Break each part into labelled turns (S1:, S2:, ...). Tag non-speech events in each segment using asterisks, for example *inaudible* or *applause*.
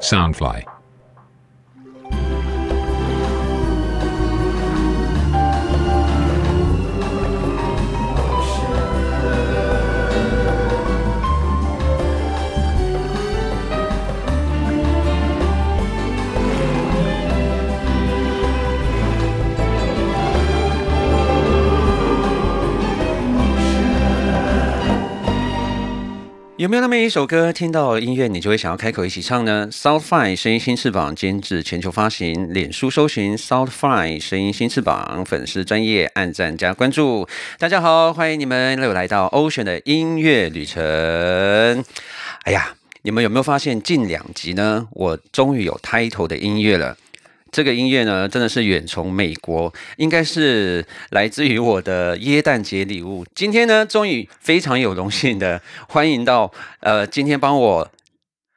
S1: Soundfly。
S2: 有没有那么一首歌，听到音乐你就会想要开口一起唱呢？Soundfly 声音新翅膀监制全球发行，脸书搜寻 Soundfly 声音新翅膀，粉丝专业按赞加关注。大家好，欢迎你们又来到 Ocean 的音乐旅程。哎呀，你们有没有发现近两集呢？我终于有 title 的音乐了。这个音乐呢，真的是远从美国，应该是来自于我的耶诞节礼物。今天呢，终于非常有荣幸的欢迎到呃，今天帮我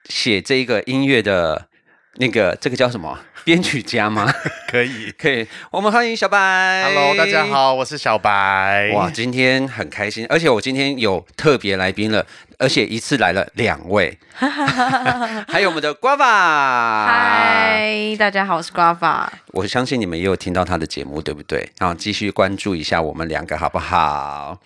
S2: 写这个音乐的那个这个叫什么 *laughs* 编曲家吗？
S3: 可以。
S2: 可以，我们欢迎小白。
S3: Hello，大家。好，我是小白。
S2: 哇，今天很开心，而且我今天有特别来宾了，而且一次来了两
S3: *laughs*
S2: 位，还有我们的瓜爸。
S4: 嗨，大家好，我是瓜法。
S2: 我相信你们也有听到他的节目，对不对？然后继续关注一下我们两个，好不好？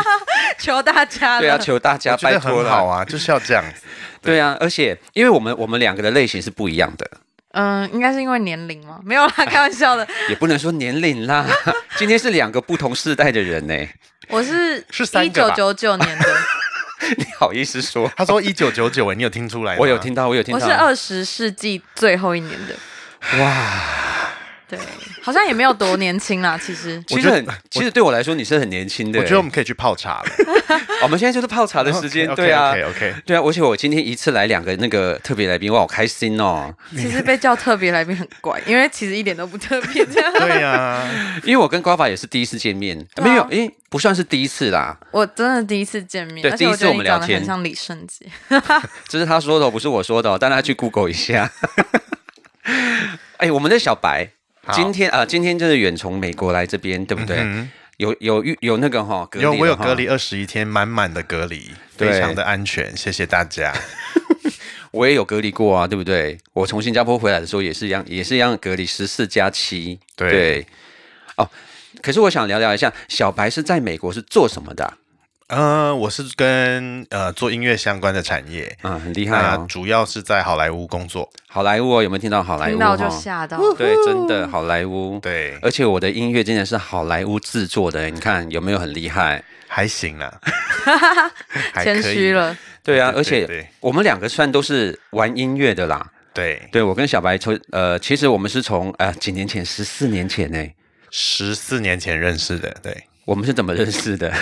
S4: *laughs* 求大家了，
S2: 对啊，求大家
S3: 我觉
S2: 拜
S3: 得
S2: 托
S3: 很
S2: 了。
S3: 好啊，就是要这样子。
S2: 对啊，而且因为我们我们两个的类型是不一样的，
S4: 嗯，应该是因为年龄吗？
S2: *laughs*
S4: 没有啦，开玩笑的。
S2: 也不能说年龄啦。 *laughs* 今天是两个不同世代的人呢、
S4: 我是
S3: 是
S4: 一
S3: 三
S4: 九
S3: 个吧
S4: 九九年的，
S2: *laughs* 你好意思
S3: *laughs*
S2: 说？
S3: 他说一九九九，哎，你有听出来吗？
S2: 我有听到，我有听
S4: 我
S2: 到。
S4: 是二十世纪最后一年的。
S2: 哇，
S4: 对，好像也没有多年轻啦，其实。
S2: 其实很，其实对我来说你是很年轻的、欸哦
S3: 我觉得我们可以去泡茶了。
S2: 我们现在就是泡茶的 *laughs* 时间
S3: OK，OK，
S2: 对啊。
S3: ，OK，
S2: 对啊，而且我今天一次来两个那个特别来宾，哇，好开心哦！
S4: 其实被叫特别来宾很怪，因为其实一点都不特别这
S2: *laughs*
S4: 样。
S3: 对啊呀，
S2: 因为我跟瓜爸也是第一次见面，
S4: 对啊
S2: 没有，诶，不算是第一次啦，
S4: 我真的第一次见面，
S2: 对
S4: 而且我
S2: 第一次
S4: 觉
S2: 我
S4: 得
S2: 们
S4: 你
S2: 聊
S4: 长
S2: 天
S4: 得很像李圣杰。
S2: 这是他说的哦，不是我说的哦，大家
S3: 嗯
S2: 去 Google 一下。 *laughs* 哎，我们的小白
S3: 好
S2: 今天啊、呃今天就是远从美国来这边，对不对？
S3: 嗯
S2: 有有有有那个哈、隔离
S3: 有
S2: 的
S3: 我有
S2: 哈
S3: 隔离，二十一天，满满的隔离，
S2: 对
S3: 非常的安全，谢谢大家。
S2: 我也有隔离过啊，对不对？我从新加坡回来的时候也是一样，也是一样隔离十四加七。
S3: 对
S2: 哦，可是我想聊聊一下，小白是在美国是做什么的啊、
S3: 呃，我是跟呃做音乐相关的产业，
S2: 嗯，很厉害
S3: 那
S2: 哦，
S3: 主要是在好莱坞工作。
S2: 好莱坞哦，有没有听到好莱坞、哦？
S4: 听到就吓到。
S2: 对，真的好莱坞。
S3: 对，
S2: 而且我的音乐竟然是好莱坞制作
S3: 嗯
S2: 的，你看有没有很厉害？
S3: 还行
S2: *laughs*
S3: 啦，还可以
S4: 谦虚。了，
S2: 对啊，
S3: 对
S2: 而且
S3: 对
S2: 我们两个算都是玩音乐的啦。
S3: 对，
S2: 对我跟小白从呃，其实我们是从呃几年前，十四年前呢，
S3: 十四年前认识的，对。
S2: 我们是怎么认识的？
S3: *laughs*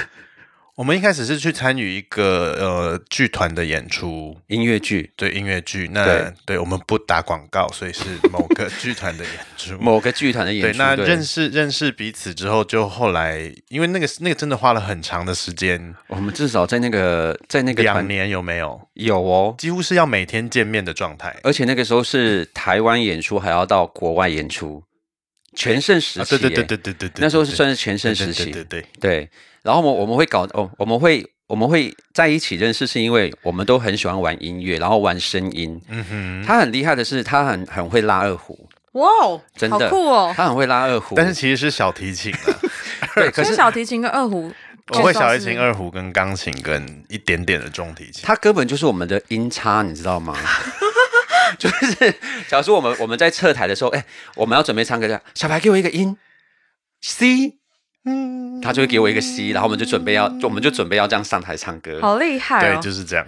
S3: 我们一开始是去参与一个呃剧团的演出，
S2: 音乐剧
S3: 对音乐剧。那
S2: 对
S3: 对我们不打广告，所以是某
S2: *laughs*
S3: 个剧团的演出。
S2: 某个剧团的演
S3: 对，
S2: 出，
S3: 那认
S2: 识
S3: 识认识彼此之后，就后来因为那个那个真的花了很长的时间，
S2: 我们至少在那个在那个
S3: 两
S2: 团
S3: 年有没有？
S2: 有哦，
S3: 几乎是要每天见面的状态。
S2: 而且那个时候是台湾演出，还要到国外演出，全盛时
S3: 啊，
S2: 期
S3: 对
S2: 耶、
S3: 对对对对对对，
S2: 那时候是
S3: 对
S2: 算是全盛
S3: 对
S2: 时
S3: 对
S2: 期。
S3: 对对对，
S2: 对，然后我们我们会搞哦，我们会我们会在一起认识，是因为我们都很喜欢玩音乐，然后玩声音。
S3: 嗯哼。
S2: 他很厉害的是，他很很会拉二胡，
S4: 哇哦，
S2: 真
S4: 好
S2: 的
S4: 酷哦！
S2: 他很会拉二胡。
S3: *laughs* 但是其实是小提
S2: *laughs*
S3: 琴啊，
S2: 对，可
S4: 所以
S2: 是
S4: 小提琴跟二胡，
S3: 我会小
S4: 算
S3: 提
S4: 是
S3: 琴、二胡跟钢琴跟一点点的中提琴。
S2: 他根本就是我们的音叉，你知道吗？ *laughs* 就是假如说我们我们在侧台的时候，哎、我们要准备唱歌的，小白给我一个音 C，
S3: 嗯，
S2: 他就会给我一个 C，然后我们就准备要，我们就准备要这样上台唱歌。
S4: 好厉害
S3: 对
S4: 哦，！
S3: 就是这样。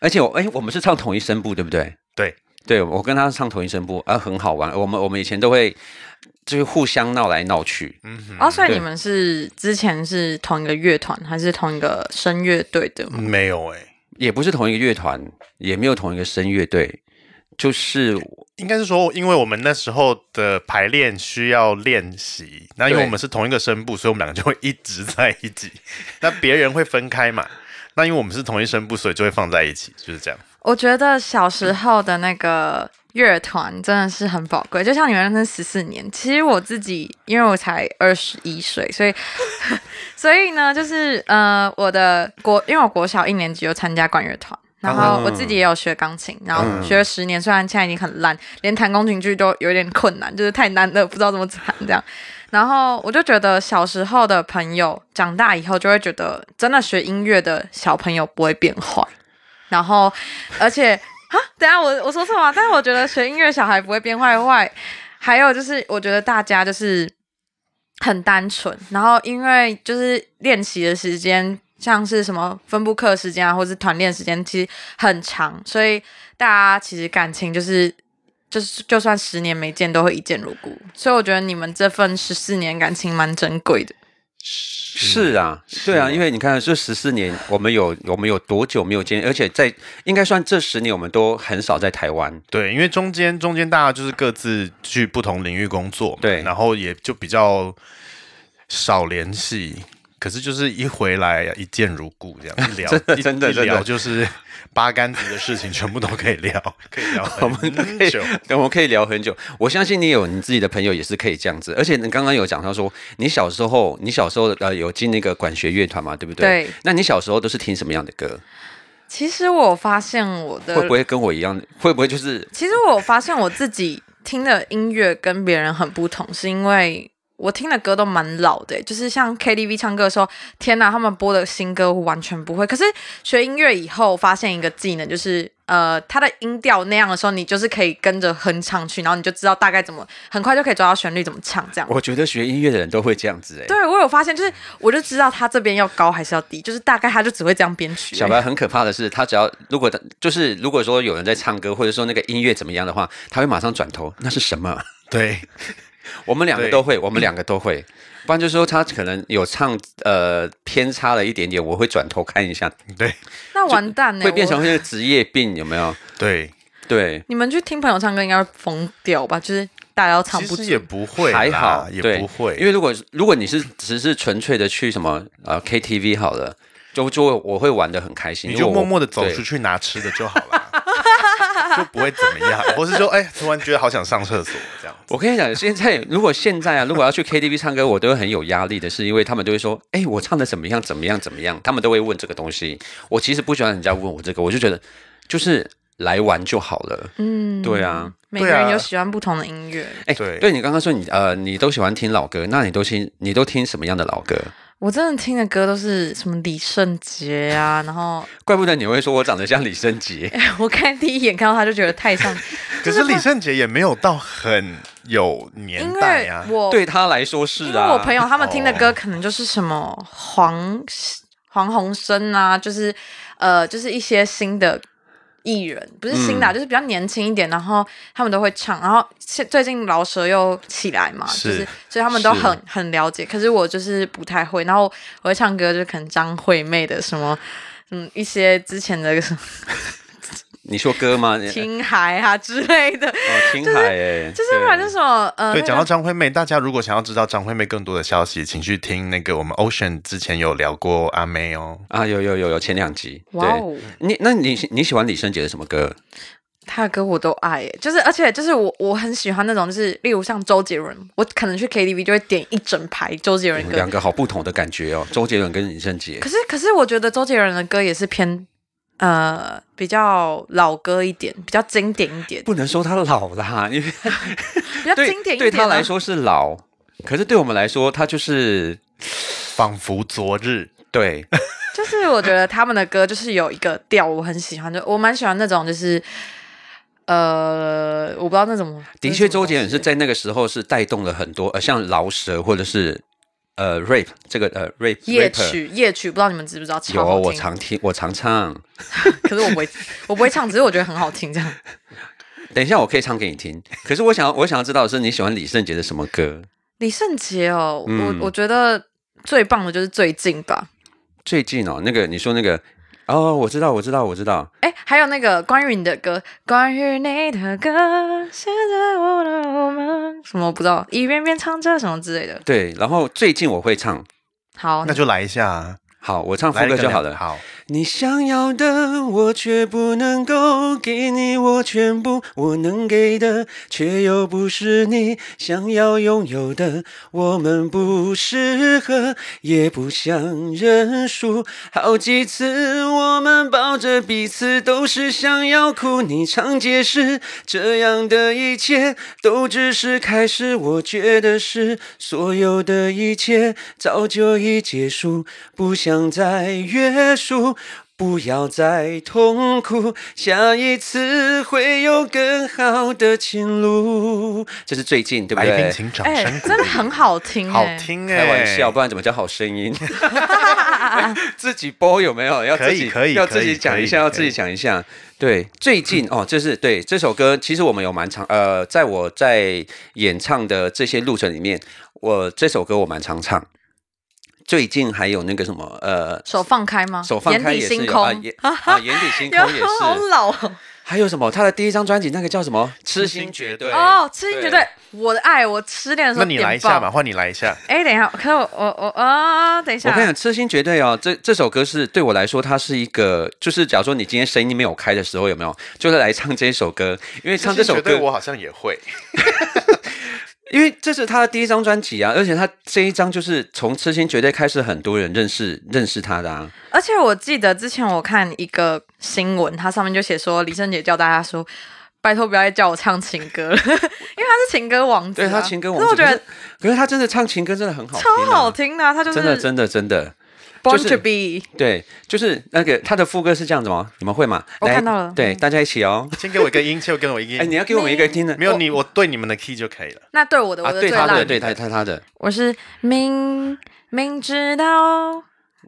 S2: 而且我哎、我们是唱同一声部，对不对？
S3: 对，
S2: 对，我跟他唱同一声部，啊，很好玩。我们我们以前都会就是互相闹来闹去，
S3: 嗯哼。
S4: 哦，所以
S2: 对
S4: 你们是之前是同一个乐团，还是同一个声乐队的吗？
S3: 没有哎、
S2: 也不是同一个乐团，也没有同一个声乐队，就是
S3: 应该是说，因为我们那时候的排练需要练习，那因为
S2: 对
S3: 我们是同一个声部，所以我们两个就会一直在一起。 *laughs* 那别人会分开嘛？那因为我们是同一声部，所以就会放在一起，就是这样。
S4: 我觉得小时候的那个乐团真的是很宝贵，就像你们那十四年，其实我自己因为我才二十一岁，所以所以呢，就是呃，我的国因为我国小一年级就参加管乐团。然后我自己也有学钢琴，然后学了十年，虽然现在已经很烂，连弹宫廷剧都有点困难，就是太难了，不知道怎么弹这样。然后我就觉得小时候的朋友，长大以后就会觉得，真的学音乐的小朋友不会变坏。然后，而且啊，等一下我我说错了，但是我觉得学音乐小孩不会变坏坏。还有就是，我觉得大家就是很单纯，然后因为就是练习的时间，像是什么分部课时间啊，或是团练时间，其实很长，所以大家其实感情就是。就是就算十年没见，都会一见如故，所以我觉得你们这份十四年感情蛮珍贵的。
S2: 是啊，对啊，因为你看，这十四年，我们有我们有多久没有见？而且在应该算这十年，我们都很少在台湾。
S3: 对，因为中间中间大家就是各自去不同领域工作嘛，
S2: 对
S3: 然后也就比较少联系。可是就是一回来一见如故，这样一
S2: *laughs*
S3: 聊，
S2: 真的
S3: 一
S2: 真的
S3: 一聊
S2: 真的
S3: 就是八竿子的事情，全部都可以
S2: *laughs*
S3: 聊，可以聊
S2: 我
S3: *laughs* 很
S2: 们可以
S3: 久。，
S2: 我们可以聊很久。我相信你有你自己的朋友也是可以这样子。而且你刚刚有讲到说，你小时候，你小时候呃有进那个管弦乐团嘛，对不对？
S4: 对。
S2: 那你小时候都是听什么样的歌？
S4: 其实我发现我的
S2: 会不会跟我一样？会不会就是
S4: 其实我发现我自己听的音乐跟别人很不同，是因为我听的歌都蛮老的、欸就是像 KTV 唱歌的时候，天哪，他们播的新歌我完全不会。可是学音乐以后，发现一个技能，就是呃，它的音调那样的时候，你就是可以跟着哼唱去，然后你就知道大概怎么，很快就可以抓到旋律怎么唱这样。
S2: 我觉得学音乐的人都会这样子哎、
S4: 对，我有发现，就是我就知道他这边要高还是要低，就是大概他就只会这样编曲而已。
S2: 小白很可怕的是，他只要如果他就是如果说有人在唱歌，或者说那个音乐怎么样的话，他会马上转头，那是什么？
S3: 对，
S2: 我们两个
S3: 对
S2: 都会，我们两个都会。不然就是说他可能有唱呃偏差了一点点，我会转头看一下，
S3: 对，
S4: 那完蛋呢、欸
S2: 会变成
S4: 我
S2: 那个职业病有没有？
S3: 对，
S2: 对，
S4: 你们去听朋友唱歌应该会疯掉吧？就是大家都藏
S3: 其
S4: 不住
S3: 实。也不会啦，
S2: 还好，
S3: 也
S2: 对
S3: 不会，
S2: 因为如果如果你是只是纯粹的去什么呃 KTV 好了，就就我会玩的很开心，
S3: 你
S2: 因为
S3: 就
S2: 我
S3: 默默的走
S2: 对
S3: 出去拿吃的就好了， *laughs* 就不会怎么
S4: *laughs*
S3: 样。或是说，哎，突然觉得好想上厕所这样。
S2: 我跟你讲，现在如果现在啊，如果要去 KTV 唱歌，我都会很有压力的，是因为他们都会说：“哎、我唱的怎么样？怎么样？怎么样？”他们都会问这个东西。我其实不喜欢人家问我这个，我就觉得就是来玩就好了。
S4: 嗯，
S2: 对啊，
S4: 每个
S3: 对啊
S4: 人有喜欢不同的音乐。
S2: 哎、
S3: 对
S2: 对你刚刚说你呃，你都喜欢听老歌，那你都听你都听什么样的老歌？
S4: 我真的听的歌都是什么李圣杰啊，然后
S2: 怪不得你会说我长得像李圣
S4: *laughs*
S2: 杰。
S4: 我看第一眼看到他就觉得太
S3: *laughs*
S4: 像，
S3: 可是李圣杰也没有到很有年
S4: 因
S3: 代
S4: 为
S3: 啊。
S4: 我、
S2: 对他来说是
S4: 哦因为
S2: 啊，
S4: 我朋友他们听的歌可能就是什么黄黄鸿升啊，就是呃就是一些新的。艺人不是新的啊、就是比较年轻一点，然后他们都会唱，然后现最近饶舌又起来嘛，
S3: 是
S4: 就是所以他们都
S2: 是
S4: 很很了解，可是我就是不太会，然后我会唱歌，就可能张惠妹的什么，嗯，一些之前的什么
S2: 你说歌
S4: *laughs*
S2: 吗？你
S4: 青海啊之类的，
S2: 哦，听海哎、
S4: 就是不然就是什么呃，
S3: 对，
S4: 那
S3: 讲到
S4: 个
S3: 张惠妹，大家如果想要知道张惠妹更多的消息，请去听那个我们 Ocean 之前有聊过阿妹哦。
S2: 啊，有有有有前两集，
S4: 哇
S2: 对。
S4: 哦，
S2: 你那你喜你喜欢李圣杰的什么歌？
S4: 他的歌我都爱耶，就是而且就是我我很喜欢那种，就是例如像周杰伦，我可能去 KTV 就会点一整排周杰伦歌
S2: 两，个好不同的感觉 *laughs* 哦，周杰伦跟李圣杰
S4: 可。是可是我觉得周杰伦的歌也是偏呃比较老歌一点，比较经典一点，
S2: 不能说他老啦， *laughs* 因为
S4: 比较
S2: 对
S4: 经典一点、
S2: 对
S4: 啊
S2: 他来，说是老，可是对我们来说，他就是
S3: 仿佛昨日，
S2: 对 *laughs*
S4: 就是我觉得他们的歌就是有一个调我很喜欢，就我蛮喜欢那种就是。呃，我不知道那种，
S2: 的确，周杰伦是在那个时候是带动了很多，呃，像饶舌或者是呃 rap 这个呃 rap
S4: 夜
S2: rapper
S4: 曲，夜曲不知道你们知不知道？超
S2: 有啊
S4: 好
S2: 我
S4: 听
S2: 常听，我常唱。
S4: 可是我不会，我不会唱，只是我觉得很好听这样。
S2: 等一下我可以唱给你听，可是我想要我想要知道的是你喜欢李圣杰的什么歌？
S4: 李圣杰哦，
S2: 嗯
S4: 我我觉得最棒的就是最近吧。
S2: 最近哦，那个你说那个哦，我知道，我知道，我知道，
S4: 哎，还有那个关于你的歌，关于你的歌，现在我的我们什么不知道，一遍遍唱着什么之类的。
S2: 对。然后最近我会唱，
S4: 好，哦
S3: 那就来一下啊，
S2: 好，我唱副
S3: 来一
S2: 歌
S3: 个
S2: 就好
S3: 两
S2: 了。
S3: 好，
S2: 你想要的，我却不能够给你我全部，我能给的，却又不是你想要拥有的。我们不适合，也不想认输。好几次我们抱着彼此，都是想要哭。你常解释，这样的一切都只是开始。我觉得是所有的一切早就已结束，不想再约束。不要再痛苦，下一次会有更好的情路。这是最近对不
S3: 来宾
S2: 对？
S3: 请掌
S4: 哎、
S3: 声鼓
S4: 真的很好听、
S3: 好
S4: 哎，
S3: 听哎、
S2: 开玩笑，不然怎么叫好声音？
S4: 啊
S2: 自己播有没有？要自己
S3: 可以可以
S2: 要自
S3: 可
S2: 己
S3: 以
S2: 讲一
S3: 可
S2: 下，
S3: 以
S2: 要自己讲一下。对，最近哦，这是对这首歌，其实我们有蛮长呃，在我在演唱的这些路程里面，我这首歌我蛮常唱。最近还有那个什么呃，
S4: 手放开吗？
S2: 手放开
S4: 啊眼
S2: 也
S4: 底
S2: 是
S4: 星
S2: 有啊，
S4: 空， *laughs*
S2: 眼啊眼底星空也
S4: 好
S2: 是，
S4: 老哦
S2: 还有什么？他的第一张专辑那个叫什么？痴
S3: 心
S2: 心
S3: 绝
S2: 绝对
S4: 哦，痴心绝
S2: 对
S4: 对，我的爱，我失恋的时
S3: 那
S4: 候
S3: 你来一
S4: 点爆
S3: 下嘛，。换你来一下。
S4: 哎、等一下，可是我我我啊、等一下，
S2: 我跟你讲，《痴心绝对》哦，这这首歌是对我来说，它是一个，就是假如说你今天声音没有开的时候，有没有，就是来唱这首歌，因为唱这首
S3: 其实觉
S2: 歌
S3: 得，我好像也会，
S2: 因为这是他的第一张专辑啊，而且他这一张就是从《痴心绝对》开始，很多人认识认识他的啊，
S4: 而且我记得之前我看一个新闻，它上面就写说李圣杰叫大家说，拜托不要再叫我唱情歌了，因为他是情歌王子、啊。
S2: 对他情歌王
S4: 可
S2: 子，
S4: 是我觉得
S2: 可是可是他真的唱情歌真的很好听、啊，
S4: 超好听的啊、他就是
S2: 真的真的真的。
S4: Born
S2: 就是
S4: to Be，
S2: 对，就是那个他的副歌是这样子哦吗？你们会吗？
S4: 我
S2: 来
S4: 看到了嗯
S2: 对，大家一起哦。
S3: 先给我一个音，就跟我一个
S2: 哎、
S3: 音。
S2: 你要给我们一个听的，
S3: 没有你，我对你们的 key 就可以了。
S4: 那对我的我
S2: 啊，
S4: 的
S2: 对
S4: 最
S2: 他
S4: 浪
S2: 的，
S4: 漫，
S2: 对他他他的，
S4: 我是明明知道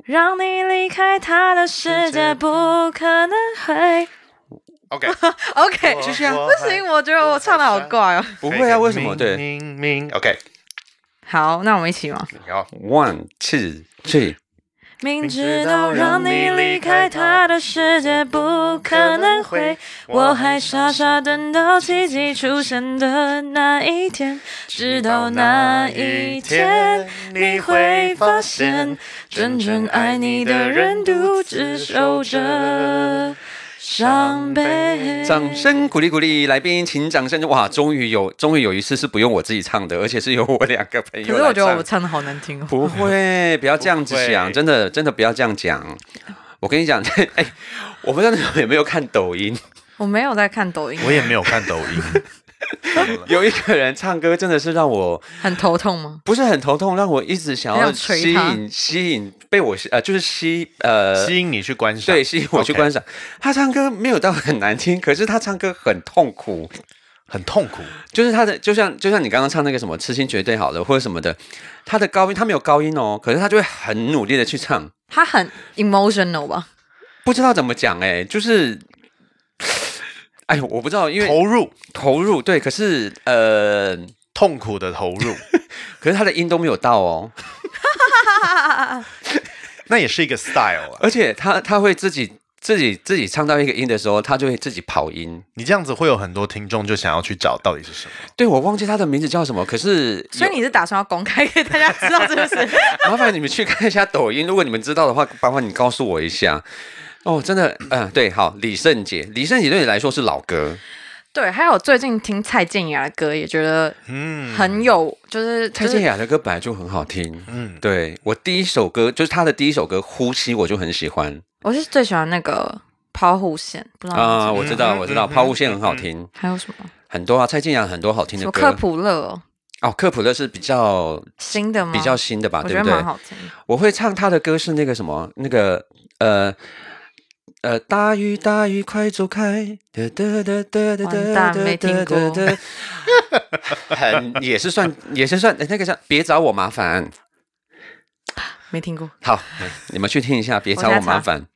S4: 让你离开他的世界不可能会
S3: OK，
S4: OK，
S3: 我
S2: 就这样
S3: 我
S4: 不行，我觉得我唱的好怪哦。
S2: 不会啊？为什么？对，
S3: 明明 OK，
S4: 好，那我们一起吗？
S3: 好，
S2: One two three，
S4: 明知道让你离开他的世界不可能会，我还傻傻等到奇迹出现的那一天，直到那一天，你会发现，真正爱你的人独自守着伤悲。
S2: 掌声鼓励鼓励，来宾请掌声！哇，终于有，终于有一次是不用我自己唱的，而且是由我两个朋友
S4: 可是我
S2: 来
S4: 觉得
S2: 唱
S4: 我。唱的好难听哦。
S2: 不
S4: *laughs*
S2: 会，不要这样子
S3: 不
S2: 想，
S3: 会
S2: 真的真的不要这样讲。我跟你讲， *laughs* 哎，我不知道你们有没有看抖
S3: *laughs*
S2: 音，
S4: 我没有在看抖音，
S3: 我也没有看抖音，
S2: *laughs* 有一个人唱歌真的是让我
S4: 很头痛吗？
S2: 不是很头痛，让我一直想
S4: 很
S2: 要
S4: 想捶
S2: 吸
S4: 他
S2: 引吸引被我吸呃就是吸呃
S3: 吸引你去观赏。
S2: 对，吸引我去
S3: OK
S2: 观赏。他唱歌没有到很难听，可是他唱歌很痛苦，
S3: 很痛苦。
S2: 就是他的就像就像你刚刚唱那个什么《痴心绝对》好了或者什么的，他的高音他没有高音哦，可是他就会很努力的去唱，
S4: 他很 emotional 吧？ *laughs*
S2: 不知道怎么讲哎，就是。哎，我不知道，因为
S3: 投入
S2: 投入对，可是呃，
S3: 痛苦的投
S2: *laughs*
S3: 入，
S2: 可是他的音都没有到哦，
S3: 那也是一个 style 啊。
S2: 而且他他会自己自己自己唱到一个音的时候，他就会自己跑音。
S3: 你这样子会有很多听众就想要去找到底是什么。
S2: 对我忘记他的名字叫什么，可是
S4: 所以你是打算要公开给大家知道是不是？
S2: *laughs* 麻烦你们去看一下抖音，如果你们知道的话，麻烦你告诉我一下。哦，真的，嗯、对，好，李圣杰，李圣杰对你来说是老歌，
S4: 对，还有最近听蔡健雅的歌，也觉得
S3: 嗯，
S4: 很有，就是
S2: 蔡健
S4: 雅
S2: 雅的歌本来就很好听。
S3: 嗯，
S2: 对我第一首歌就是她的第一首歌《呼吸》，我就很喜欢
S4: 我是最喜欢那个抛物线，不知道你们知
S2: 啊、
S4: 道
S2: 我知道，
S3: 嗯
S2: 我知道，
S3: 嗯
S2: 抛物线很好听，
S4: 还有什么
S2: 很多啊，蔡健雅很多好听
S4: 什
S2: 的
S4: 么科
S2: 歌。
S4: 普乐哦
S2: 哦，科普乐是比较
S4: 新的吗？
S2: 比较新的吧，
S4: 啊我
S2: 对
S4: 觉得
S2: 不对
S4: 蛮？好听的。
S2: 我会唱她的歌是那个什么，那个呃呃，大雨大雨快走开，哒哒哒哒哒
S4: 完蛋没听过
S2: 哒，很也是算也是算呃那个叫别找我麻烦。
S4: 没听过，
S2: 好，你们去听一下，别
S4: 我
S2: 找我
S4: 下
S2: 麻
S4: 查
S2: 烦。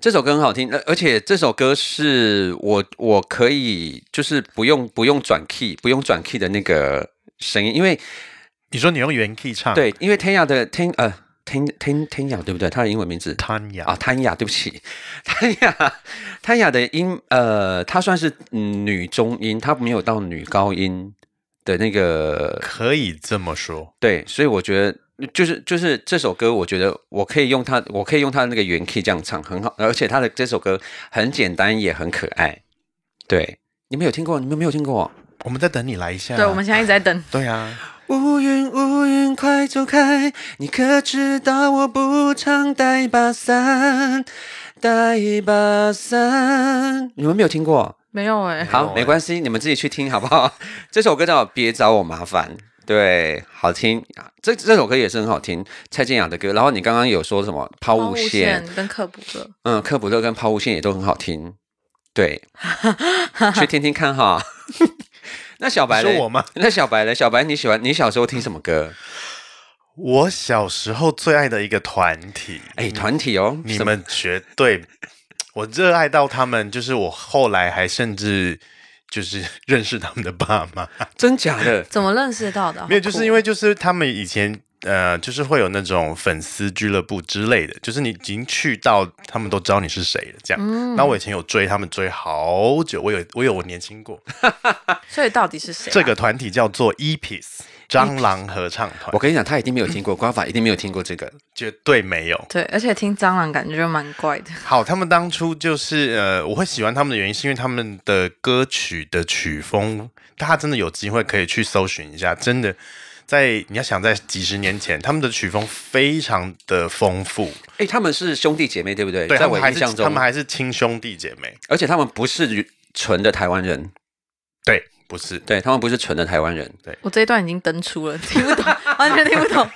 S2: 这首歌很好听，呃而且这首歌是我我可以就是不用不用转 key 不用转 key 的那个声音，因为
S3: 你说你用原 key 唱，
S2: 对，因为天雅的天呃天天天雅对不对？她的英文名字
S3: Tanya，
S2: 啊，谭雅，对不起，谭雅，谭雅的音，呃，她算是嗯女中音，她没有到女高音的那个
S3: 可以这么说。
S2: 对，所以我觉得就是就是这首歌，我觉得我可以用它，我可以用它的那个原 key 这样唱，很好。而且它的这首歌很简单，也很可爱。对，你们有听过？你们没有听过？哦
S3: 我们在等你来一
S2: 啊
S3: 下。啊
S4: 对，我们现在一直在等。
S3: 对啊，
S2: 乌云，乌云，快走开！你可知道我不常带把伞，带把伞。你们没有听过？
S4: 没有
S2: *laughs*
S4: 哎、
S2: 好，
S3: 欸
S2: 没关系，你们自己去听好不 *laughs* 好？这首歌叫《别找我麻烦》，对，好听。这这首歌也是很好听，蔡健雅的歌。然后你刚刚有说什么抛
S4: 抛
S2: 物
S4: 物
S2: 线，
S4: 线跟科普哥，
S2: 嗯，科普特跟抛物线也都很好听， *laughs* 对，去听听看哈。 *laughs* 那小白
S3: 你
S2: 嘞
S3: 说我吗？
S2: 那小白嘞？小白你喜欢你小时候听什么歌？
S3: 我小时候最爱的一个团体，
S2: 哎，团体哦，
S3: 嗯你
S2: 什么
S3: 们绝对，我热爱到他们，就是我后来还甚至就是认识他们的爸妈，
S2: 真假
S3: *laughs*
S2: 的？
S4: 怎么认识到的？
S2: 哦
S4: 哦
S3: 没有，就是因
S4: 为
S3: 为就是他们以前。呃，就是会有那种粉丝俱乐部之类的，就是你已经去到，他们都知道你是谁了，这样。
S2: 嗯
S3: 那、我以前有追他们追好久，我有我有我年轻过，
S4: 所以到底是谁啊、
S3: 这个团体叫做 EPIS 蟑螂合唱团，
S2: E 我跟你讲，他一定没有听过，瓜法一定没有听过这
S3: *laughs*
S2: 个。
S3: 绝对没有。
S4: 对，而且听蟑螂感觉就蛮怪的。
S3: 好，他们当初就是呃，我会喜欢他们的原因是因为他们的歌曲的曲风，大家真的有机会可以去搜寻一下，真的。在你要想在几十年前，他们的曲风非常的丰富，
S2: 哎，他们是兄弟姐妹对不对？
S3: 对
S2: 在
S3: 他
S2: 我
S3: 们还
S2: 印
S3: 是
S2: 象中，
S3: 他们还是亲兄弟姐妹，
S2: 而且他们不是纯的台湾人，
S3: 对，不是
S2: 对他们不是纯的台湾人。
S4: 我这一段已经登出了，听不懂，完全听不
S2: *laughs*
S4: 懂。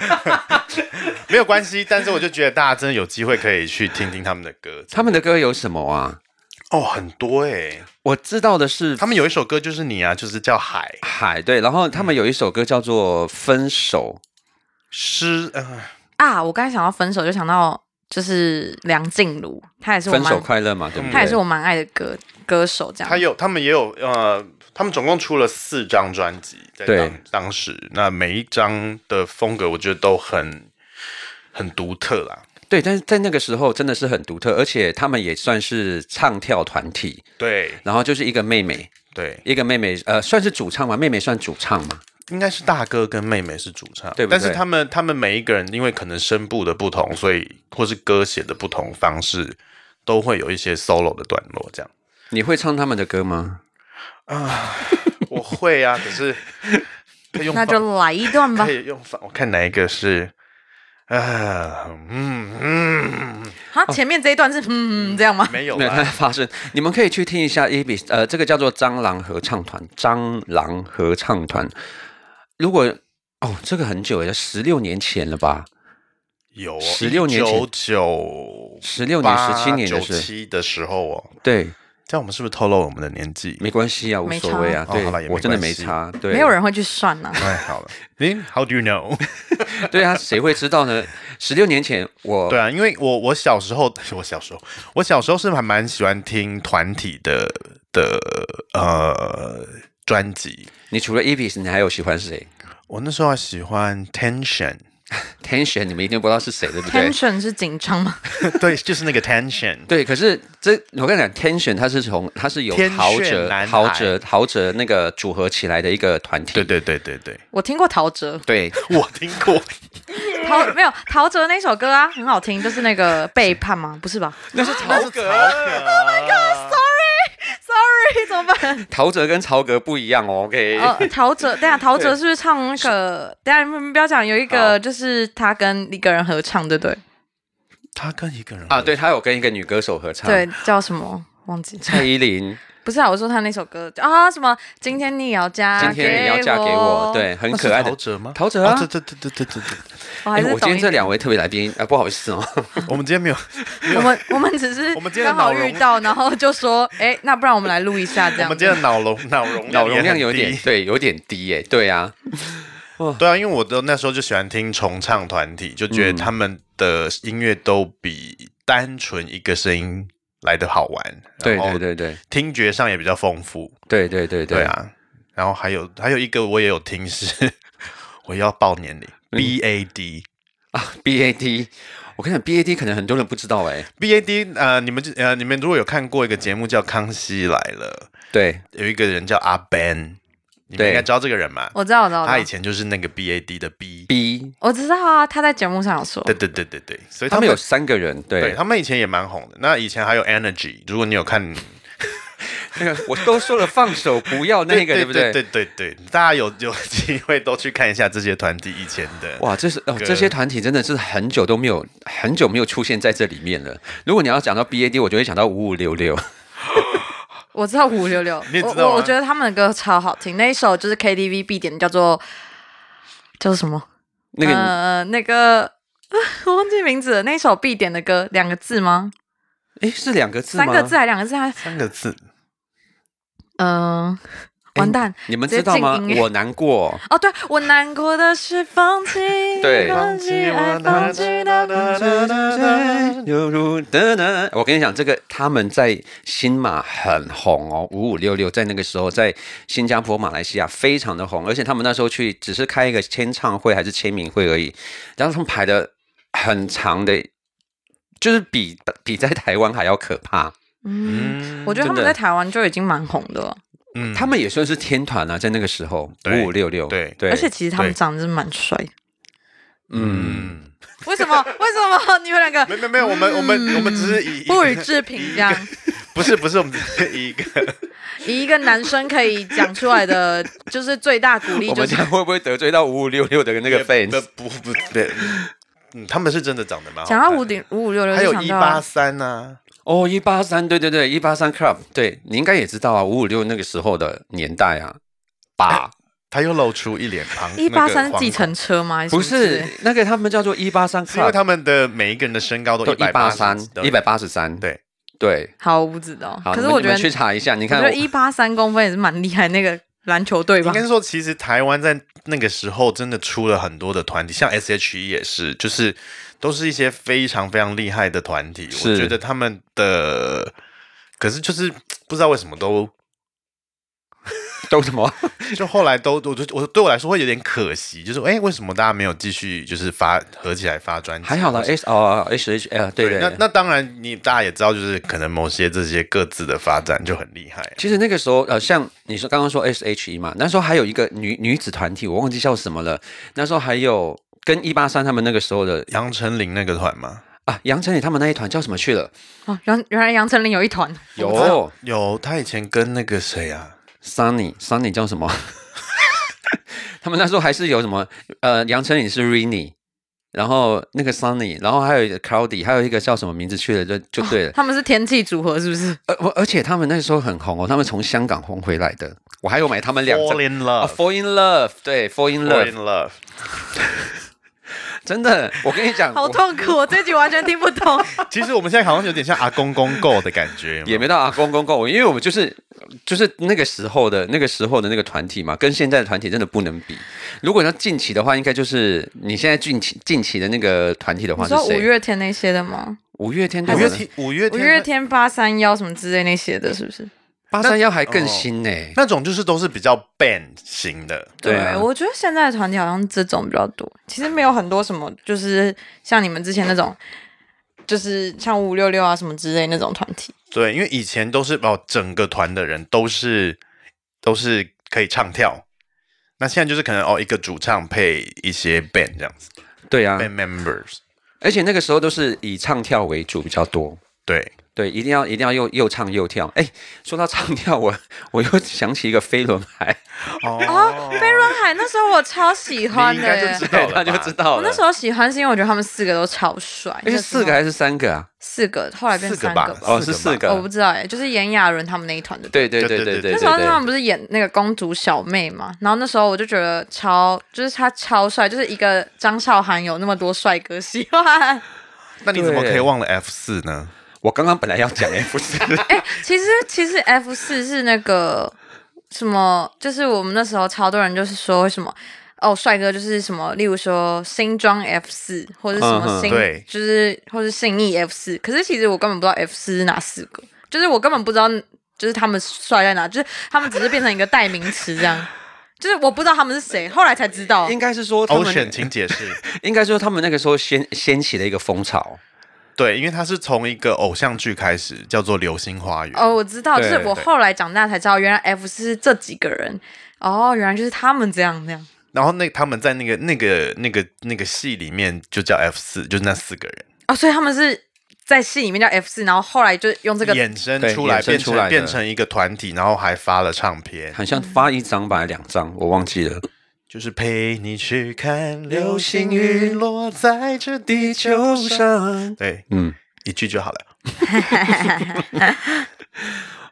S3: 没有关系，但是我就觉得大家真的有机会可以去听听他们的歌，
S2: 他们的歌有什么啊？
S3: 哦很多哎、
S2: 我知道的是
S3: 他们有一首歌就是你啊，就是叫海
S2: 海对，然后他们有一首歌叫做《分手
S3: 狮，呃
S4: 啊，我刚才想到分手，就想到就是梁静茹，她也》，是我
S2: 分手
S4: 蛮，
S2: 快乐
S3: 嗯
S2: 嘛，对嗯不对？
S4: 她也是我蛮爱的歌歌手，这
S3: 他
S4: 样。
S3: 有，他们也有，呃，他们总共出了四张专辑，在
S2: 对
S3: 当当时，那每一张的风格我觉得都很很独特啦。
S2: 对，但是在那个时候真的是很独特，而且他们也算是唱跳团体，
S3: 对
S2: 然后就是一个妹妹，
S3: 对，
S2: 一个妹妹，呃，算是主唱嘛，妹妹算主唱嘛，
S3: 应该是大哥跟妹妹是主唱，
S2: 对不对
S3: 但是他们他们每一个人因为可能声部的不同，所以或是歌写的不同方式，都会有一些 solo 的段落这样。
S2: 你会唱他们的歌吗？啊
S3: *laughs* 我会啊，
S2: *laughs*
S3: 可是可以用
S4: 那
S3: 放
S4: 就来一段吧
S3: 可。以用放，我看哪一个是。啊，嗯嗯，
S4: 啊，
S2: 哦
S4: 前面这一段是嗯嗯这样吗？
S3: *laughs* 没有
S2: 没有，
S3: 啦
S2: 它，发生。你们可以去听一下 A B，呃，这个叫做蟑螂合唱团，蟑螂合唱团。如果哦，这个很久了，十六年前了吧？
S3: 有哦
S2: 16年前
S3: 九九
S2: 16年17年的
S3: 九
S2: 事
S3: 七的时候哦，
S2: 对，
S3: 这样我们是不是透露我们的年纪？
S2: 没关系啊，无
S4: 没
S2: 所谓啊。
S3: 差
S2: 对、
S3: 哦好了也没
S2: 我真的没
S3: 关系
S2: 差。对，
S4: 没有人会去算呐、
S3: 太哎好
S2: *laughs*
S3: 了，诶 How do you know？
S2: 对啊，谁会知道
S3: *laughs*
S2: 呢？十六年前我
S3: 对啊，因为我我小时候，我小时候，我小时候是还蛮喜欢听团体的的呃专辑。
S2: 你除了 Ebis，你还有喜欢谁
S3: 我那时候还喜欢 Tension， *laughs*
S2: ？Tension，你们一定不知道是谁，对不
S4: t e
S2: 对
S4: n？s i o n 是紧张吗？ *laughs*
S3: 对，就是那个
S2: *laughs*
S3: Tension。
S2: 对，可是这我跟你讲，Tension 它是从它是由
S3: 天选
S2: 陶喆、
S3: 男
S2: 陶
S3: 孩
S2: 喆、陶喆那个组合起来的一个团体。
S3: 对对对对
S2: *laughs*
S3: 对，
S4: 我听过陶喆，
S2: 对，
S3: 我听 *laughs* 过，
S2: *laughs*
S4: 陶没有陶喆那首歌啊，很好听，就是那个背叛吗？不是吧
S2: 啊那是
S3: 那是
S2: 陶喆。
S3: 曹格。
S4: ？Sorry，怎么办？
S2: 陶喆跟曹格不一样哦，OK？、
S4: 哦，
S2: *laughs*
S4: 陶喆，等一下陶喆是不是唱那个？等一下你们不要讲，有一
S2: 好
S4: 个就是他跟一个人合唱，对不对？
S3: 他跟一个人
S2: 啊，对，他有跟一个女歌手合唱，
S4: 对，，叫什么？忘记了。
S2: 蔡依
S3: *laughs*
S2: 林，
S4: *laughs* 不是啊，我说他那首歌啊，什么？今天你也要嫁
S2: 今天你要嫁给我，，对，很
S3: 啊那是
S2: 可爱
S3: 陶
S2: 的。
S3: 喆吗？
S2: 陶喆啊
S3: 对对对对对对对，
S4: 我还
S2: 哎，
S4: 是
S2: 我今天
S4: 懂一
S2: 这
S4: 点
S2: 两位特别来宾，啊、不好意思哦，
S3: *laughs*
S4: *laughs*
S3: 我们今天没有，
S4: 我们我们只是
S3: 我们今天的
S4: 刚好
S3: 脑容
S4: 遇到，然后就说，哎，那不然我们来录一下这
S3: 我
S4: 样
S3: 们今
S4: 子。
S3: 天的脑容脑容
S2: 脑容量
S3: 也
S2: 有
S3: 很低
S2: 点，对，有点低耶，对啊，
S3: 对啊，因为我都那时候就喜欢听重唱团体，就觉得他们的音乐都比单纯一个声音来的好玩，
S2: 对
S3: 然后
S2: 对对对
S3: 听觉上也比较丰富，
S2: 对对对
S3: 哦对，啊，然后还有还有一个我也有听是， *laughs* 我要报年龄，B
S2: 嗯
S3: A D。
S2: 啊，BAD，我跟你讲，BAD 可能很多人不知道哎，
S3: B A D，呃，你们就呃，你们如果有看过一个节目叫《康熙来了
S2: 对》，
S3: 有一个人叫阿 Ben，你们
S2: 对
S3: 应该知道这个人嘛？
S4: 我知道，我知道，我
S3: 他以
S4: 知道
S3: 前就是那个 BAD 的 B，
S2: B，
S4: 我知道啊，他在节目上有说
S3: 对，对对对对，所以
S2: 他
S3: 他
S2: 们
S3: 们
S2: 有三个人，
S3: 对
S2: 对，
S3: 他们以前也蛮红的。那以前还有 Energy，如果你有看
S2: 那个我都说了放手不要那个，
S3: 对
S2: 不
S3: 对？对对对，大家有有机会都去看一下这些团体以前的。
S2: 哇，这是哦，
S3: 歌
S2: 这些团体真的是很久都没有很久没有出现在这里面了。如果你要讲到 BAD，我就会想到五五六六。
S4: 我知道五五六六
S3: 你也，知
S4: 我
S3: 道吗
S4: 我我觉得他们的歌超好听，那一首就是 KTV 必点，叫做叫什么？
S2: 那个、
S4: 呃那个。 *laughs* 我忘记名字了，那一首必点的歌，两个字吗？
S2: 诶，是两个字吗？
S4: 三个字啊还两个字还？
S3: 三个字，
S4: 嗯、完蛋！
S2: 你们
S4: 直
S2: 知
S4: 接
S2: 道吗
S4: 静音？欸
S2: 我难过，
S4: 哦，对我难过的是放弃，
S2: 对
S4: 放弃爱，放弃的
S3: 嗯
S2: 犹如的呢。我跟你讲，这个他们在新马很红哦，五五六六在那个时候在新加坡、马来西亚非常的红，而且他们那时候去只是开一个签唱会还是签名会而已，然后他们排的很长的，就是比比在台湾还要可怕。
S4: 嗯，
S3: 嗯
S4: 我觉得他
S2: 真
S4: 们
S2: 的
S4: 在台湾就已经蛮红的了，
S3: 嗯
S2: 他们也算是天团啊，在那个时候
S3: 对
S2: 五五六六，
S3: 对
S2: 对，
S4: 而且其实他们
S3: 对
S4: 长得真的蛮帅的。
S2: 嗯，
S4: 为什么？为什么 *laughs* 你们两
S3: 没
S2: *laughs*
S4: 个
S3: 没没有，我们我们我们只是以
S4: 不予置评这样？
S3: *laughs* 不是不是，我们只是以一个
S4: 以一个男生可以讲出来
S2: *laughs*
S4: 的，就是最大鼓励，
S2: 我
S4: 就
S2: 们
S4: 是
S2: 这样 *laughs* 会不会得罪到五五六六的那个 fans？
S3: 不不不对，嗯，他们是真的长得蛮好
S4: 讲到
S3: 看
S4: 五
S3: 的，
S4: 点五五六六，
S3: 还有
S4: 就
S3: 一
S4: 想到
S3: 八
S4: 了
S3: 三啊呐，
S2: 哦，一八三，对对对，一八三 club，对你应该也知道啊，五五六那个时候的年代啊，吧，
S3: 他又露出一脸庞
S4: 一八三是
S3: 那
S4: 计，
S3: 个惶恐
S4: 程车吗？还
S2: 不
S4: 什么之类
S2: 是那个他们叫做一八三
S3: 是因为
S2: club，
S3: 他们的每一个人的身高都
S2: 都一八三，一百
S3: 百
S2: 八十三，
S3: 对
S2: 对，
S4: 好，我不知道。
S2: 好，
S4: 可是
S2: 你们
S4: 我
S2: 你
S4: 觉
S2: 们
S4: 得，
S2: 去查一下，你
S4: 我觉
S2: 看
S4: 得一八三公分也是蛮厉害，那个篮球队吧
S3: 应该。是说，其实台湾在那个时候真的出了很多的团体，像 S.H.E 也是，就是都是一些非常非常厉害的团体。
S2: 是
S3: 我觉得他们的，可是就是不知道为什么都，
S2: 都什么， *laughs*
S3: 就后来都，我就我对我来说会有点可惜，就是哎、诶为什么大家没有继续就是发合起来发专辑？
S2: 还好啦
S3: 或者
S2: S 哦 H H L，对对，
S3: 那那当然你，大家也知道，就是可能某些这些各自的发展就很厉害。
S2: 其实那个时候，呃，像你说刚刚说 S H E 嘛，那时候还有一个女女子团体，我忘记叫什么了。那时候还有跟一八三他们那个时候的
S3: 杨丞琳那个团吗？
S2: 啊，杨丞琳他们那一团叫什么去了？
S4: 哦，原原来杨丞琳有一团，
S2: 有
S3: 有，他以前跟那个谁啊？
S2: Sunny Sunny 叫什么？ *laughs* 他们那时候还是有什么呃，杨丞琳是 Rainy，然后那个 Sunny，然后还有一个 Cloudy，还有一个叫什么名字去了，就就对了。
S3: 哦
S2: 呃
S4: 他们是天气组合，是不是？
S2: 而、我而且他们那时候很红哦，他们从香港红回来的。我还有买他们两张
S3: Fall in
S2: 啊
S3: love，
S2: ，Fall in Love，对，Fall in
S3: Fall
S2: Love，
S3: in love，
S2: 真的，我跟你讲，
S4: 好
S2: 我
S4: 痛苦，我这集完全听不
S2: *laughs*
S4: 懂。
S3: 其实我们现在好像有点像阿公公购的感觉，有没
S2: 也
S3: 有
S2: 没到啊，公公公，因为我们就是就是那个时候的那个时候的那个团体嘛，跟现在的团体真的不能比。如果要近期的话，应该就是你现在近期近期的那个团体的话
S4: 你
S2: 是
S4: 说五
S2: 谁？
S4: 月天那些的吗？
S2: 五月天，
S3: 五月天，五月
S4: 五
S3: 天，
S4: 月天八三幺什么之类那些的，是不是？
S2: 八三幺还更新呢、
S3: 那种就是都是比较 band 型的，
S2: 对啊
S4: 哦我觉得现在的团体好像这种比较多，其实没有很多什么，就是像你们之前那种，就是像五六六啊什么之类那种团体。
S3: 对，因为以前都是哦，整个团的人都是都是可以唱跳，那现在就是可能哦，一个主唱配一些 band 这样子、
S2: 对啊
S3: b a，n d members，
S2: 而且那个时候都是以唱跳为主比较多。
S3: 对，
S2: 对，一定要一定要又又唱又跳。哎，说到唱跳，我我又想起一个飞轮海，
S3: 哦，
S4: 啊飞轮海那时候我超喜欢
S3: 你应
S4: 的
S3: 该就
S4: 耶
S3: 知，道
S2: 对，
S3: 了
S2: 他
S3: 吧，
S2: 就知道
S4: 我
S2: 了
S4: 那时。候喜欢是因为我觉得他们四个都超帅，
S2: 而且四个还是三个啊？
S4: 四个，后来变
S3: 四
S4: 三
S3: 个
S4: 个
S3: 吧
S4: 吧，
S2: 哦，
S3: 四
S2: 是
S3: 个
S2: 四
S3: 吧
S4: 我
S2: 个
S4: 不。知道哎，就是炎亚纶他们那一团的。
S2: 对对对对
S3: 对对
S2: 对对
S3: 对
S4: 那时候他
S2: 对
S4: 们。不是演那个公主小妹嘛，然后那时候我就觉得超，就是他超帅，就是一个张韶涵有那么多帅哥喜欢。
S3: 那你怎么可以
S2: 对
S3: 忘了 F 四呢？
S2: 我刚刚本来要讲 F 四，
S4: 其实其实 F 四是那个什么，就是我们那时候超多人就是说什么。哦，帅哥就是什么，例如说新装 F 四，或者什
S2: 嗯
S4: 么
S2: 嗯
S4: 新，
S3: 对
S4: 就是或是信义 F 四。可是其实我根本不知道 F 四是哪四个，就是我根本不知道，就是他们帅在哪，就是他们只是变成一个代名词这样，就是我不知道他们是谁，后来才知道。
S2: 应该是说他
S3: o
S2: 们
S3: c e a n 请解释。
S2: 应该说他们那个时候掀掀起了一个风潮。
S3: 对，因为它是从一个偶像剧开始，叫做《流星花园》。
S4: 哦，我知道，就是
S2: 对
S4: 我
S3: 对
S4: 后来长大才知道，原来 F 四是这几个人。哦，原来就是他们这样那样。
S3: 然后那他们在那个那个那个那个戏里面就叫 F 四，就是那四个人
S4: 哦，所以他们是在戏里面叫 F 四，然后后来就用这个
S3: 衍生
S2: 对
S3: 出来，
S2: 衍生
S3: 变
S2: 出来的
S3: 成变成一个团体，然后还发了唱片，
S2: 好像发一张吧，还两张，我忘记了。
S3: 就是陪你去看流星雨落在这地球上。
S2: 上，
S3: 对，
S2: 嗯，
S3: 一句就好了。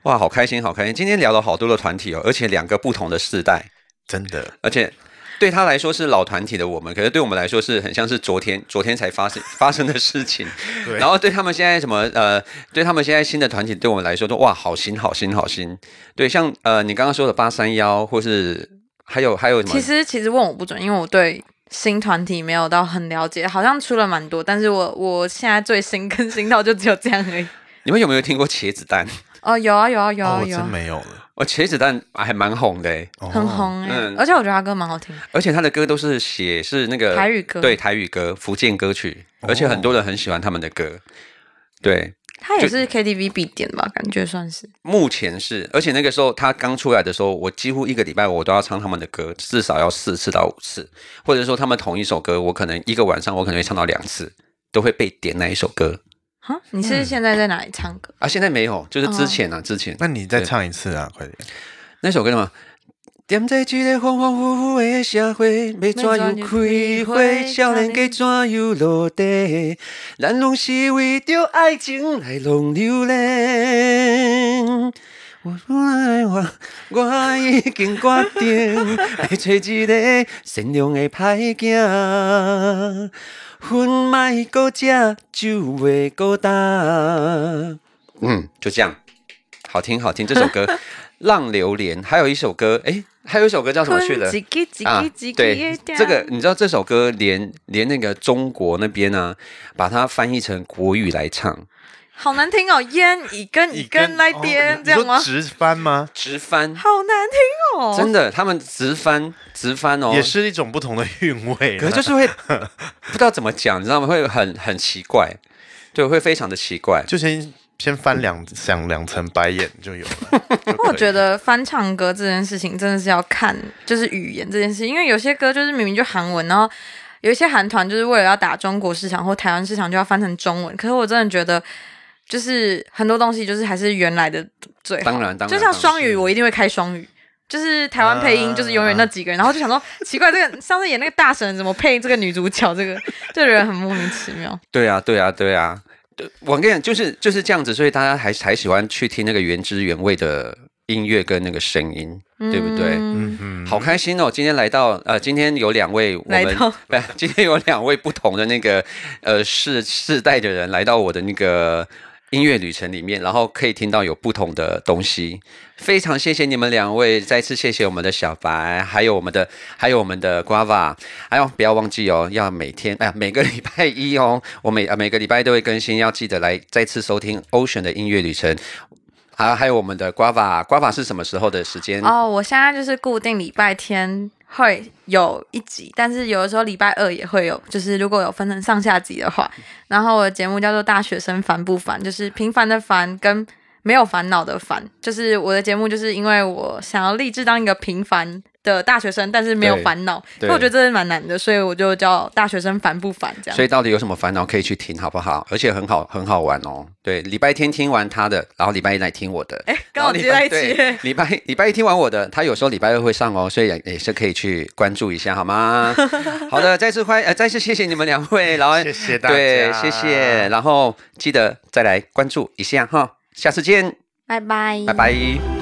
S2: 哇，好开心，好开心！今天聊了好多的团体哦，而且两个不同的世代，
S3: 真的，
S2: 而且对他来说是老团体的我们，可是对我们来说是很像是昨天昨天才发生 *laughs* 发生的事情。
S3: 对
S2: 然后对他们现在什么呃，对他们现在新的团体，对我们来说都哇，好新好新好新。对，像呃你刚刚说的八三幺，或是还有还有什么？
S4: 其实其实问我不准，因为我对新团体没有到很了解，好像出了蛮多，但是我我现在最新更新到就只有这样而已。
S2: 你们有没有听过茄子蛋？ *laughs*
S4: 哦，有啊有啊有
S3: 哦，
S4: 啊
S3: 我
S4: 有
S3: 真
S4: 啊，
S3: 没有了，
S2: 哦，茄子蛋还蛮红的欸，
S3: 哦
S4: 很。红哎、
S2: 嗯
S4: 而且我觉得他歌蛮好听的。
S2: 而且他的歌都是写是那个
S4: 台语歌
S2: 对台语歌、福建歌曲，而且很多人很喜欢他们的歌。对，
S4: 他也是 KTV 必点吧，感觉算是。
S2: 目前是，而且那个时候他刚出来的时候，我几乎一个礼拜我都要唱他们的歌，至少要四次到五次，或者说他们同一首歌，我可能一个晚上我可能会唱到两次，都会被点那一首歌。
S4: 哈，你
S3: 嗯
S4: 是现在在哪里唱歌？
S2: 啊，现在没有，就是之前啊，
S4: 哦
S2: 之前
S3: 那你再
S2: 对
S3: 唱一次啊，快点！
S2: 那首歌嘛。踮在一个恍恍惚惚的社会，要怎样开花？少年家怎样落地？咱拢是为着爱情来浪流连。我爱我，我已经决定要找一个善良的歹仔，烟莫搁食，酒袂搁干。嗯，就这样，好听好听，这首歌《浪流连》，还有一首歌，诶，还有一首歌叫什么去了？
S4: 几几几
S2: 啊
S4: 几几，
S2: 对，这个你知道这首歌连连那个中国那边呢、啊，把它翻译成国语来唱，
S4: 好难听哦，烟一根一根来
S3: 哦
S4: 点，
S3: 你
S4: 这样吗
S3: 你？说直翻吗？
S2: 直翻，
S4: 好难听哦，
S2: 真的，他们直翻直翻哦，
S3: 也是一种不同的韵味啦。
S2: 可是就是会不知道怎么讲，你知道吗？会很很奇怪，对，会非常的奇怪。
S3: 就先先翻两想两层白眼就有了。
S4: 因为我觉得翻唱歌这件事情真的是要看就是语言这件事，因为有些歌就是明明就韩文，然后有一些韩团就是为了要打中国市场或台湾市场就要翻成中文。可是我真的觉得，就是很多东西就是还是原来的最好。
S2: 当然当然
S4: 就像双语，我一定会开双语。就是台湾配音，就是永远那几个人，然后就想说奇怪，这个上次演那个大神怎么配这个女主角，这个这人很莫名其妙。
S2: 对啊，对啊，对啊。对我跟你讲，就是就是这样子，所以大家还才喜欢去听那个原汁原味的音乐跟那个声音，对不对？
S4: 嗯
S3: 嗯嗯，
S2: 好开心哦！今天来到呃，今天有两位我
S4: 来
S2: 们
S4: 到
S2: *laughs* 不，今天有两位不同的那个呃世世代的人来到我的那个音乐旅程里面，然后可以听到有不同的东西。非常谢谢你们两位，再次谢谢我们的小白，还有我们的还有我们的 Guava，还有不要忘记哦，要每天 *laughs* 哎呀每个礼拜一哦，我每呃每个礼拜都会更新，要记得来再次收听 Ocean 的音乐旅程。还还有我们的 Guava，Guava 是什么时候的时间？
S4: 哦，我现在就是固定礼拜天会有一集，但是有的时候礼拜二也会有，就是如果有分成上下集的话。然后我的节目叫做《大学生烦不烦》，就是平凡的烦跟没有烦恼的烦，就是我的节目就是因为我想要立志当一个平凡。的大学生，但是没有
S2: 对
S4: 烦恼，
S2: 对
S4: 因为我觉得这是蛮难的，所以我就叫大学生烦不烦这样
S2: 所。以到底有什么烦恼可以去听，好不好？而且很好，很好玩哦。对，礼拜天听完他的，然后礼拜一来听我的。
S4: 哎，
S2: 然
S4: 刚
S2: 后
S4: 好
S2: 礼
S4: 接
S2: 拜
S4: 在一起，
S2: 对礼拜礼拜一听完我的，他有时候礼拜二会上哦，所以也也是可以去关注一下，好吗？好的，再次欢呃，再次谢谢你们两位，然后
S3: 谢谢大家，
S2: 对，谢谢，。然后记得再来关注一下哈，下次见，
S4: 拜拜，
S2: 拜拜。